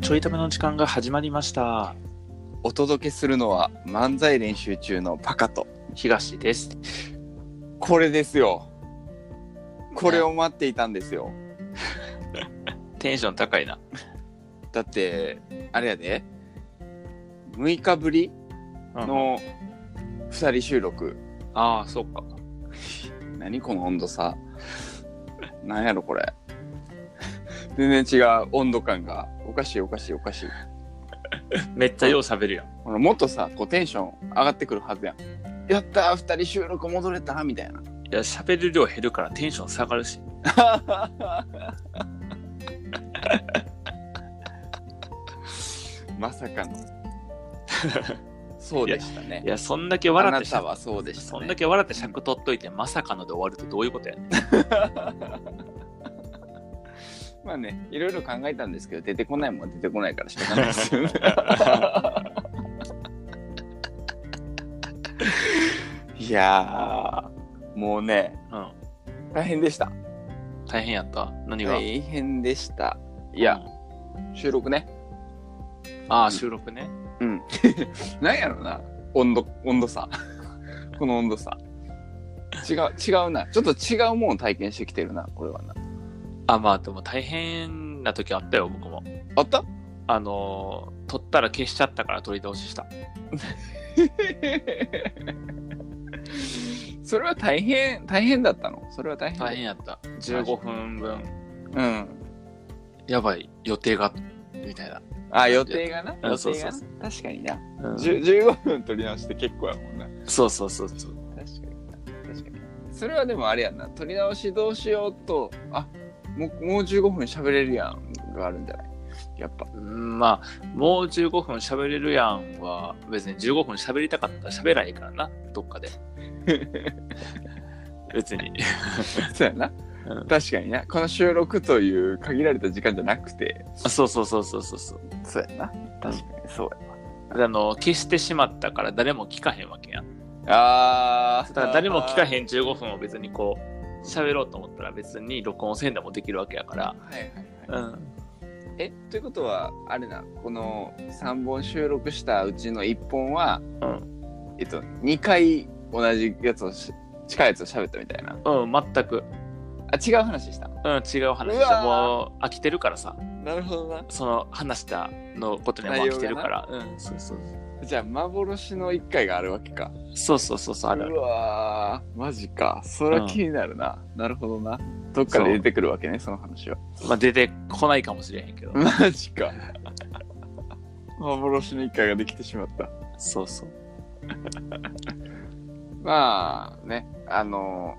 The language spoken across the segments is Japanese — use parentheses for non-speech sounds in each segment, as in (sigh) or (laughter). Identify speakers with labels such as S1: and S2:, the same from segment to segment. S1: ちょいための時間が始まりました。
S2: お届けするのは漫才練習中のパカと
S1: 東です。
S2: これですよこれを待っていたんですよ
S1: テンション高いな。
S2: だってあれやで6日ぶり
S1: うん
S2: の2人収録
S1: ああ、そうか。
S2: 何この温度差なんやろこれ全然違う温度感がおかしいおかしいおかしい
S1: めっちゃよう喋るやん。
S2: ほらもっとさこうテンション上がってくるはずやんやったー2人収録戻れたみたいない
S1: や、喋る量減るからテンション下がるし。
S2: まさか
S1: (laughs)
S2: の。そうでしたね
S1: い。や、そんだけ
S2: あ
S1: 笑っ
S2: な
S1: て
S2: たはそうでした、
S1: そ
S2: ね。
S1: んだけ笑って尺取っといて、まさかので終わるってどういうことやねん。
S2: まあね、いろいろ考えたんですけど、出てこないもんは出てこないから仕方ないで
S1: (laughs)
S2: すよね。いやー、もうね、
S1: うん。
S2: 大変でした。
S1: 大変やった何が、
S2: 大変でした。いや、収録ね。
S1: うん。ああ、収録ね。
S2: うん。 (laughs) なんやろな、温度、温度差。 (laughs) この温度差。違う、違うな。ちょっと違うもんを体験してきてるな、これはな。
S1: あ、まあ、でも大変な時あったよ、僕も。
S2: あった
S1: あのー、撮ったら消しちゃったから撮り直しした。
S2: それは大変、大変だったのそれは大変。
S1: 大変やった。15分分、
S2: うん。
S1: やばい、予定が、みたいな。
S2: あ、予定がな。
S1: うん
S2: 予
S1: そう
S2: 定
S1: そ
S2: が
S1: う
S2: な
S1: そ。
S2: 確かにな。
S1: うん
S2: じゅ15分取り直して結構やもんな。
S1: そうそうそうそう。
S2: 確かにな。確かに。それはでもあれやんな。取り直しどうしようと、あ、もうもう15分喋れるやんがあるんじゃないやっぱ。 (laughs)
S1: うんまあもう15分喋れるやんは別に15分喋りたかったら喋らへんからなどっかで (laughs) 別に
S2: そうやな
S1: う。
S2: 確かにな。この収録という限られた時間じゃなくて。
S1: あそうそうそうそうそうそう
S2: そうやな。確かにそう
S1: であの消してしまったから誰も聞かへんわけやん
S2: や。あー。
S1: だから誰も聞かへん15分を別にこう喋ろうと思ったら別に録音せんでもできるわけやから
S2: はいはいは
S1: う
S2: い。
S1: ん
S2: えということはあれなこの3本収録したうちの1本は、
S1: うん
S2: えっと、2回同じやつをし近いやつを喋ったみたいな
S1: うん全く、
S2: あ違う話した
S1: うん、違う話
S2: う
S1: した
S2: わー
S1: もう飽きてるからさ
S2: なるほどな
S1: その話したのことにはもう飽きてるからうんそうそう
S2: じゃあ幻の1回があるわけか
S1: そうそうそうそうあるある
S2: うわーマジかそりゃ気になるな、なるほどなどっかで出てくるわけねその話は
S1: まあ、出てこないかもしれへんけど。
S2: マジか幻の1回ができてしまった
S1: そうそう。
S2: まあねあの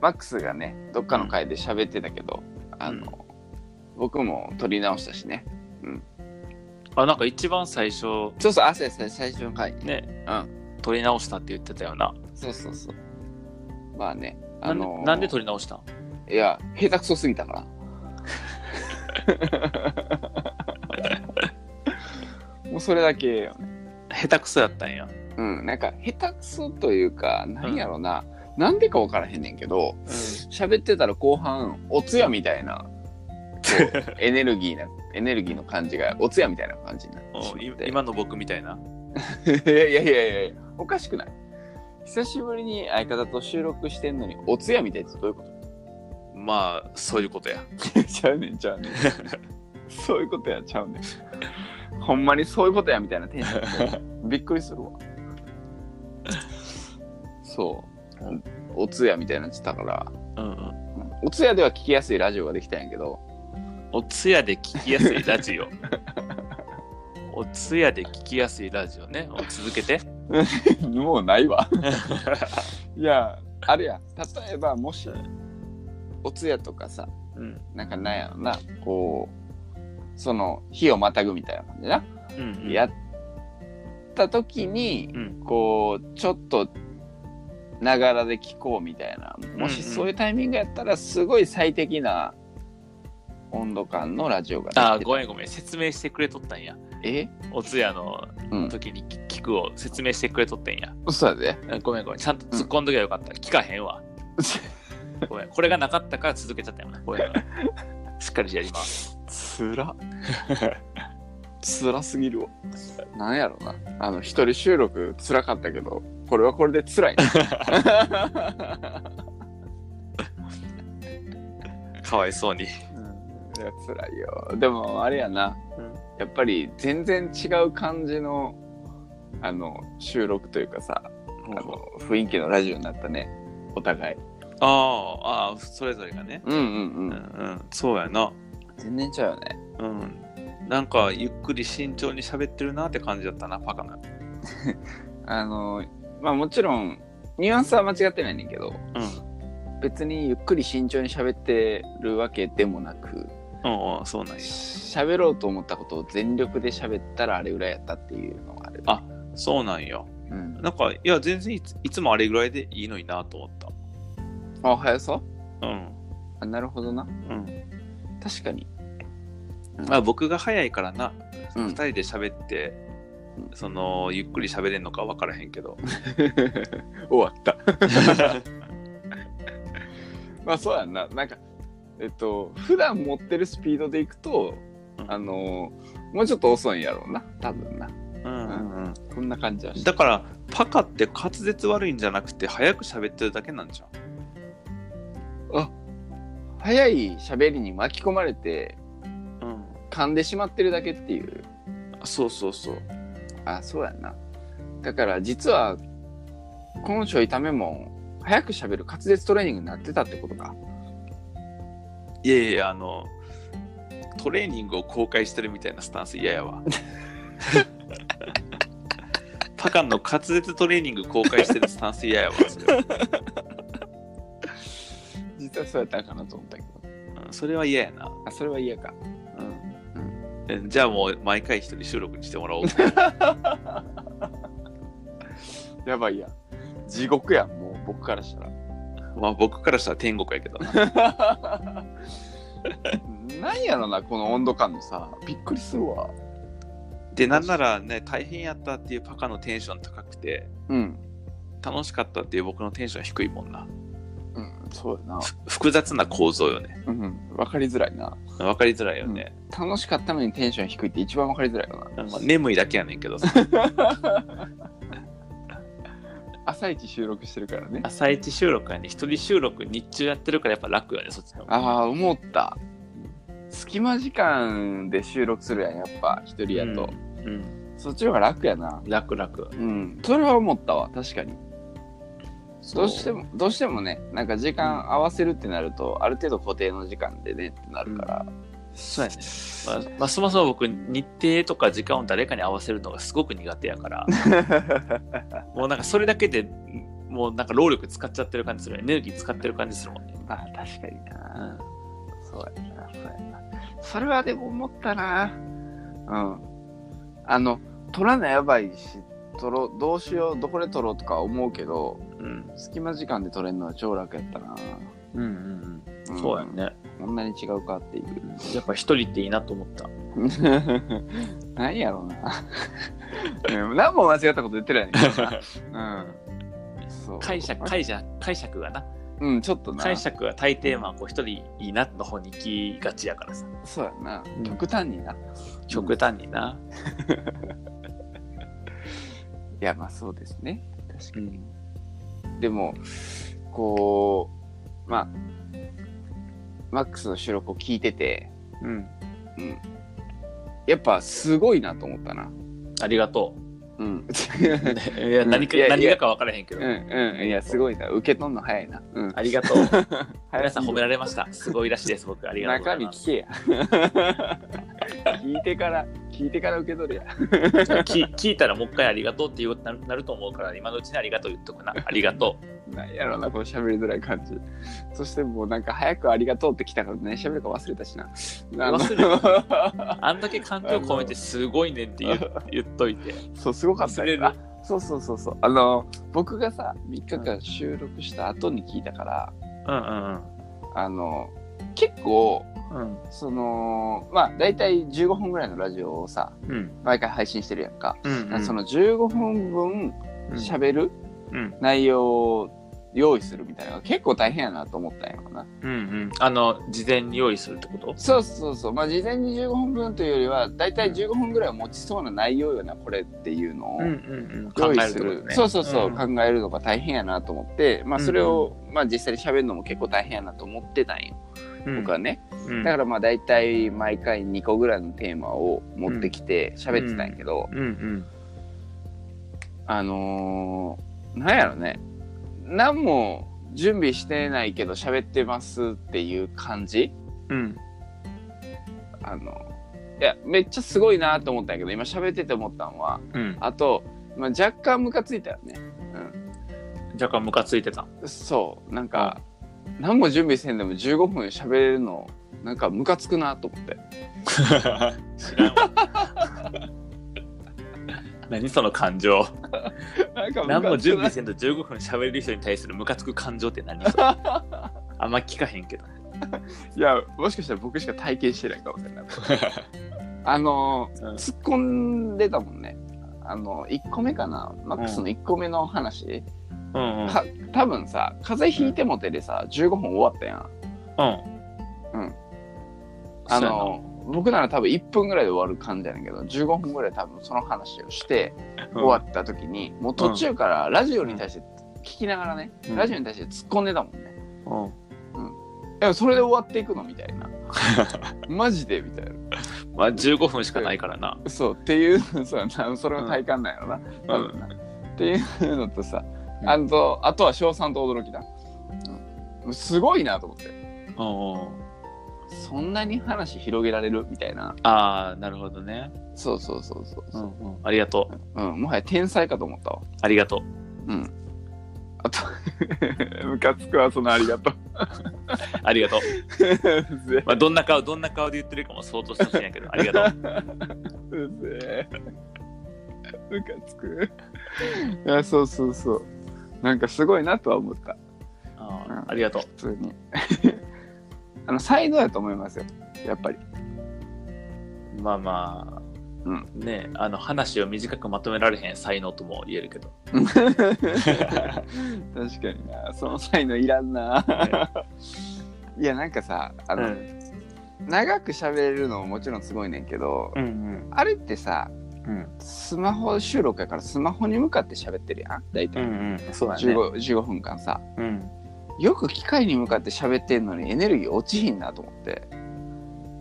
S2: マックスがねどっかの回で喋ってたけど、あの、僕も撮り直したしね
S1: あ、なんか一番最初、
S2: そうそう朝最最初の回ね
S1: ね、
S2: う
S1: 撮り直したって言ってたよな。
S2: そうそうそうまあね
S1: な
S2: あ
S1: んで,、
S2: の
S1: なんで撮り直したん
S2: いや下手くそすぎた
S1: (laughs)
S2: からもうそれだけよね
S1: 下手くそやったんや。
S2: うんなんか下手くそというか何やろな、なんでか分からへんねんけど喋ってたら後半お通夜みた
S1: (laughs)
S2: いなエネルギーな、エネルギーの感じが、おつやみたいな感じになってし
S1: おい
S2: まって。
S1: 今の僕みたいな。
S2: (laughs) いやいやいやいや、おかしくない久しぶりに相方と収録してんのに、おつやみたいってどういうこと (laughs)
S1: まあ、そういうことや。
S2: ちゃうねん、ちゃうね
S1: (laughs)
S2: ん。そういうことや、ちゃうねん。ほんまにそういうことや、みたいなテンショ
S1: (laughs)
S2: ン。びっくりするわ。そう。おつやみたいになってたから、
S1: うんうん。
S2: おつやでは聞きやすいラジオができたんやけど、
S1: お通夜で聞きやすいラ (laughs) ジオ。お通夜で聞きやすいラジオね。続けて。
S2: (laughs) もうな
S1: (laughs)
S2: いわ。いや、あれや、例えばもし、お通夜とかさ、
S1: うん。
S2: なんかなんやろな、こう、その、日をまたぐみたいな感じでな、
S1: うん、うん。
S2: やった時に、
S1: うん。
S2: こう、ちょっと、ながらで聞こうみたいな、も
S1: うん
S2: し
S1: うん
S2: そういうタイミングやったら、すごい最適な温度感のラジオができてた
S1: あー、ごめんごめん。説明してくれとったんや。
S2: え
S1: お通夜の
S2: うん。
S1: 時に聞くを説明してくれとってんや。
S2: 嘘だぜ。
S1: あごめんごめん。ちゃんと突っ込んどきゃよかった。聞かへん (laughs) わ。ごめん。これがなかった
S2: (laughs)
S1: から続けちゃったよな。ごめんごめん。しっかりやります。
S2: つら。辛すぎるわ。なんやろな。あの、一人収録辛かったけど、これはこれで辛い (laughs) な。
S1: かわいそうに。
S2: うんいや辛いよでもあれやな、
S1: うん
S2: やっぱり全然違う感じのあの収録というかさ、あの雰囲気のラジオになったねお互い
S1: ああ、ああ、それぞれがね。
S2: うんうん
S1: うんうん、そうやな。
S2: 全然ちゃうよね
S1: うん。なんか、ゆっくり慎重に喋ってるなって感じだったな、パカが。
S2: あのまあもちろんニュアンスは間違ってないねんけど
S1: うん。
S2: 別にゆっくり慎重に喋ってるわけでもなく
S1: うんうん、そうなんや。
S2: 喋ろうと思ったことを全力で喋ったらあれぐらいやったっていうのはある
S1: あそうなんよ。
S2: うん、
S1: なんか、いや、全然いついつもあれぐらいでいいのになと思っ
S2: あ早そう
S1: た。うん。
S2: あなるほどな
S1: うん。
S2: 確かに
S1: まあ、僕が早いからな、
S2: う
S1: 二、
S2: ん (laughs)
S1: 人で喋って
S2: う、
S1: その、ゆっくり喋れんのか分からへん (laughs) けど。
S2: 終わった (laughs) まあそうやんななんかえっと普段持ってるスピードでいくと
S1: うん
S2: あのもうちょっと遅いんやろうな多分な
S1: うんうんうん。
S2: こんな感じはし
S1: だから、パカって滑舌悪いんじゃなくて、早く喋ってるだけなんじゃん。
S2: 早い喋りに巻き込まれて
S1: うん。
S2: 噛んでしまってるだけっていう
S1: そうそうそう。
S2: あそうやんなだから実はこのちょいためも早く喋る滑舌トレーニングになってたってことか
S1: いやいや、あの、トレーニングを公開してるみたいなスタンス嫌や (laughs) わ。パカンの滑舌トレーニング公開してるスタンス嫌やわ。それは,、
S2: 実はそうやったんかなと思ったけど
S1: うん、それは嫌やな。
S2: あそれは嫌か
S1: えじゃあもう毎回一人収録にしても (laughs) らおう。
S2: やばいやん地獄やんもう僕からしたら (laughs)
S1: まあ僕からしたら天国やけどな。
S2: なんやろなこの温度感のさびっくりするわ
S1: で、なんならね、大変やったっていうパカのテンション高くて、
S2: うん、
S1: 楽しかったっていう僕のテンション低いもんな。
S2: うん、そうだな
S1: ふ複雑な構造よね。
S2: うん分かりづらいな
S1: わかりづらいよね。
S2: 楽しかったのにテンション低いって一番分かりづらいよ
S1: まあ眠いだけやねんけどさ。
S2: な朝一収録してるからね
S1: (laughs) 朝一収録はね一人収録日中やってるからやっぱ楽よねそっちの方が
S2: ああ思った隙間時間で収録するやんやっぱ一人やと、
S1: うん、
S2: そっちの方が楽やな
S1: 楽楽
S2: うんそれは思ったわ確かに
S1: そ
S2: どうしてもどうしてもねなんか時間合わせるってなると、ある程度固定の時間でねってなるから、
S1: そうやね、まあ
S2: (laughs)
S1: まあ、そもそも僕日程とか時間を誰かに合わせるのがすごく苦手やから (laughs) もうなんかそれだけでもうなんか労力使っちゃってる感じするエネルギー使ってる感じするもんね
S2: あ確かにな、そうやなそうやなそれはでも思ったなうんあの取らなやばいし取ろうどうしようどこで取ろうとか思うけど
S1: うん
S2: 隙間時間で取れるのは超楽やったな、
S1: うんうん
S2: ん
S1: そうやね、
S2: こんなに違うかっていう (laughs)
S1: やっぱ一人っていいなと思った
S2: なんやろう
S1: (laughs)
S2: なうん何も間違ったこと言ってないねんけどなうんそう
S1: 解釈解釈解釈がな
S2: うんちょっとな
S1: 解釈が大抵まあこう一人いいなの方に行きがちやからさ
S2: そうやな
S1: うん
S2: 極端にな、
S1: 極端にな、
S2: いやまあそうですね確か
S1: う
S2: に、
S1: ん
S2: でもこうまあマックスの収録を聞いてて
S1: うん、
S2: やっぱすごいなと思ったな
S1: ありがとう
S2: うん
S1: (laughs) いや
S2: うん
S1: 何か
S2: いやいや
S1: 何がか分からへんけ
S2: う
S1: ど、
S2: んうんいやすごいな受け取るの早いなうん
S1: あり
S2: (laughs)
S1: がとう。皆さん褒め
S2: ら
S1: られました。すごいらしいです、僕。ありがとうござ
S2: 中
S1: い
S2: 身
S1: ます。
S2: 聞けや
S1: (laughs)
S2: 聞いてから聞いてから受け取るや
S1: 聞聞いたらもう一回ありがとうって言うことにななると思うから、今のうちにありがとう言っとくな。ありがと
S2: なんやろなこの喋りづらい感じそしてもうなんか早くありがとうって来たからね喋るか忘れたしな
S1: 忘
S2: れ
S1: う。あんだけ環境を込めてすごいねんって言う言っといて。
S2: (laughs) そうすごかった
S1: 忘れ
S2: よ
S1: る
S2: な。そうそうそうそう。あの僕がさ3日間収録した後に聞いたから、
S1: うんうん
S2: あの結構
S1: うん。
S2: そのまあ大体15分ぐらいのラジオをさ
S1: うん。
S2: 毎回配信してるやんか。
S1: うん。
S2: その15分分
S1: うん、
S2: 喋る
S1: うん。
S2: 内容用意するみたいなのが結構大変やなと思ったんやろな。
S1: うんうん。あの、事前に用意するってこと
S2: そうそうそう。まあ事前に15分分というよりは、だいたい15分ぐらいは持ちそうな内容よな、これっていうのを。
S1: んうん考
S2: 用意
S1: えるっ
S2: す
S1: てこと
S2: る、
S1: ね。
S2: そうそうそう、
S1: ん
S2: 考えるのが大変やなと思って、まあ、それを、まあ、実際に喋るのも結構大変やなと思ってたんよ、
S1: うん
S2: 僕はね
S1: うん
S2: だからまあ大体毎回2個ぐらいのテーマを持ってきて喋ってたんやけど、
S1: うんうん。
S2: あのー、なんやろね何も準備してないけど喋ってますっていう感じ
S1: うん。
S2: あのいやめっちゃすごいなと思ったんやけど今喋ってて思ったのは
S1: うん。
S2: あと、まあ、若干ムカついたよね
S1: 若干ムカついて (laughs) た。
S2: そうなんか、何も準備せんでも15分喋れるのなんかムカつくなと思って
S1: 知らんわ何その (laughs) 感情
S2: なんか
S1: 何も準備
S2: せ
S1: せんと15分喋れる人に対するムカつく感情って何 (laughs) それあんま聞かへんけど
S2: いやもしかしたら僕しか体験してないかもしれないあの
S1: うん
S2: 突っ込んでたもんねあの1個目かなマックスの1個目の話、
S1: うんうん
S2: か多分さ風邪ひいてもてでさ15分終わったやん
S1: うん
S2: うんあの僕なら多分1分ぐらいで終わる感じやねんけど15分ぐらい多分その話をして終わった時に、もう途中からラジオに対して聞きながらね、
S1: うん
S2: ラジオに対して突っ込んでたもんね。
S1: そうやなうん
S2: いやそれで終わっていくのみたいなマジでみたいな
S1: まあ、15分しかないからな
S2: そうっていうそうやなそれの体感なんやろな、多
S1: うん
S2: 分なっていうのとさ
S1: うん
S2: あとあとは翔さんと驚きだ、うんすごいなと思って
S1: うんうん
S2: そんなに話広げられるみたいな
S1: ああなるほどね、
S2: そうそうそうそう
S1: う
S2: そ
S1: んうん、ありがとう
S2: う、うんもはや天才かと思ったわ
S1: ありがとう
S2: うんあと (laughs) ムカつくわそのありがとう
S1: ありがとう、まあ、どんな顔どんな顔で言ってるかも相当してほしいんや (laughs) けどありがとう
S2: うぜえ。ムカつく。いや、そうそうそう。なんかすごいなとは思った。
S1: あ
S2: う
S1: ー
S2: ん
S1: ありがとう
S2: 普通に。 (laughs) あの、才能やと思いますよ。やっ
S1: (laughs)
S2: ぱり。
S1: まあまあ、
S2: うん
S1: ねあの話を短くまとめられへん才能とも言えるけど
S2: 確かにな。その才能いらんな。 (laughs) いや、なんかさ、あの、長く喋れるのももちろんすごいねんけど、
S1: うん
S2: あれってさ、
S1: うん
S2: スマホ収録やからスマホに向かって喋ってるやん。大
S1: う
S2: 体。
S1: んそうだね
S2: 15, 15分間さ。
S1: うん
S2: よく機械に向かって喋ってんのにエネルギー落ちひんなと思
S1: (laughs)
S2: って。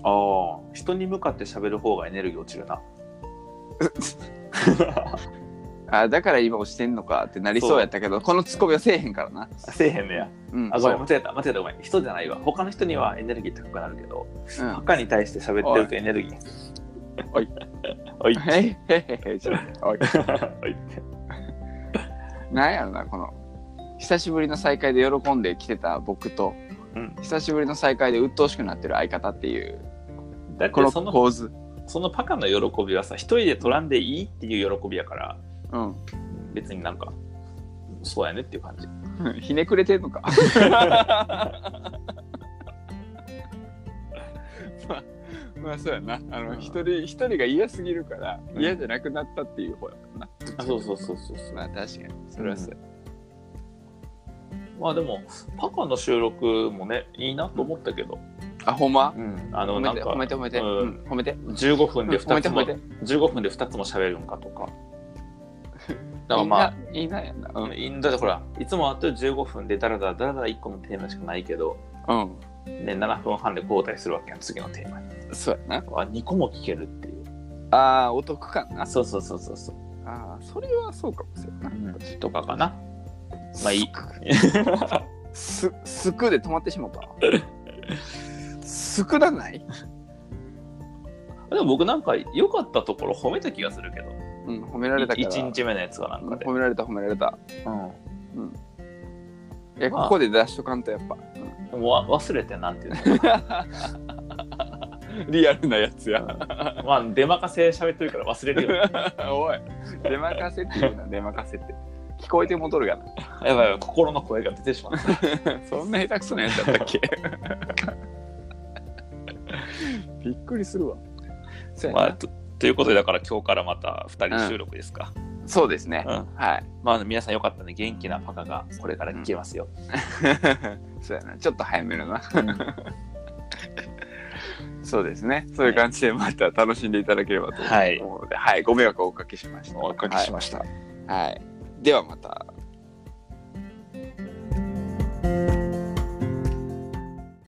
S1: ああ人に向かって喋る方がエネルギー落ちるな
S2: あだから今押してんのかってなりそうやったけど、このツッコミはせえへんからな。
S1: せえへんのや
S2: うん、
S1: あごめん
S2: そう
S1: 間違えた間違えたごめん人じゃないわ他の人にはエネルギー高くなるけど
S2: うん
S1: 他に対して喋ってるとエネルギー
S2: おい
S1: (laughs) おい
S2: へいへいへいへいちょっとおい
S1: おい
S2: なんやろな、この。久しぶりの再会で喜んで来てた僕と、
S1: うん
S2: 久しぶりの再会で鬱陶しくなってる相方っていう、
S1: だっ
S2: こ
S1: て
S2: の
S1: その
S2: 構図。
S1: そのパカの喜びはさ一人で取らんでいいっていう喜びやから
S2: うん。 (laughs)
S1: 別になんかそうやねっていう感じ
S2: ひねくれてんのか。 (laughs) まあ、まあ、そうやな。あ
S1: う
S2: の、
S1: ん
S2: 一人、一人が嫌すぎるから、
S1: うん
S2: 嫌じゃなくなったっていう方やもんな。
S1: あ (laughs) そうそうそうそうそう
S2: まあ、確かに。それはそうや。
S1: まあでもパカの収録もねいいなと思ったけど、
S2: あ、ほんま
S1: うんあの
S2: 褒
S1: な
S2: め
S1: ん
S2: て、
S1: か
S2: 褒めて、褒めて。
S1: う
S2: うんん褒めて。
S1: 15分で
S2: うん褒
S1: 2
S2: めて、
S1: つ
S2: 褒
S1: も
S2: めて。
S1: 15分で2つも喋るんかと (laughs) か。だから
S2: いい
S1: まあ
S2: な、いいなやんな。う
S1: うん
S2: ん。
S1: いいんだってほら、いつもあと15分でだらだらだらだら1個のテーマしかないけど、
S2: うん。
S1: ね、7分半で交代するわけやん、次のテーマに。
S2: そうや
S1: あ、2個も聞けるっていう。
S2: な。ああ、お得感な。
S1: あ、そうそうそうそうそう。
S2: ああ、それはそうかもしれんない。
S1: とかかな。まあいい。
S2: す、 (laughs) すくで止まってしまったわ。すくらない
S1: でも僕なんか良かったところ褒めた気がするけど、
S2: うん、褒められたから。
S1: 1日目のやつはなんかで。
S2: 褒められた褒められた
S1: うん
S2: いや
S1: まあ
S2: ここで出しとかんとやっぱ、
S1: もうわ忘れてなんていうの (laughs)
S2: リアルなやつや
S1: まあ出任せ喋ってるから忘れ
S2: (laughs)
S1: るよね
S2: おい出任せっていうな出任せって聞こえて戻るがな
S1: やばいやばい心の声が出てしまった
S2: (laughs) そんな下手くそなやつだったっ (laughs) けびっくりするわそうや
S1: ま
S2: な、
S1: あ、とということでだから今日からまた2人収録ですか、
S2: そうですね
S1: う。ん
S2: はい。
S1: まあ、皆さんよかったね元気なパカがこれから聞けますよ、
S2: そうやな。ちょっと早めるな。そうですね。そういう感じでまた楽しんでいただければと思うので、はい。ご迷惑をおかけしました。
S1: おかけしました、
S2: はい。はい。ではまた。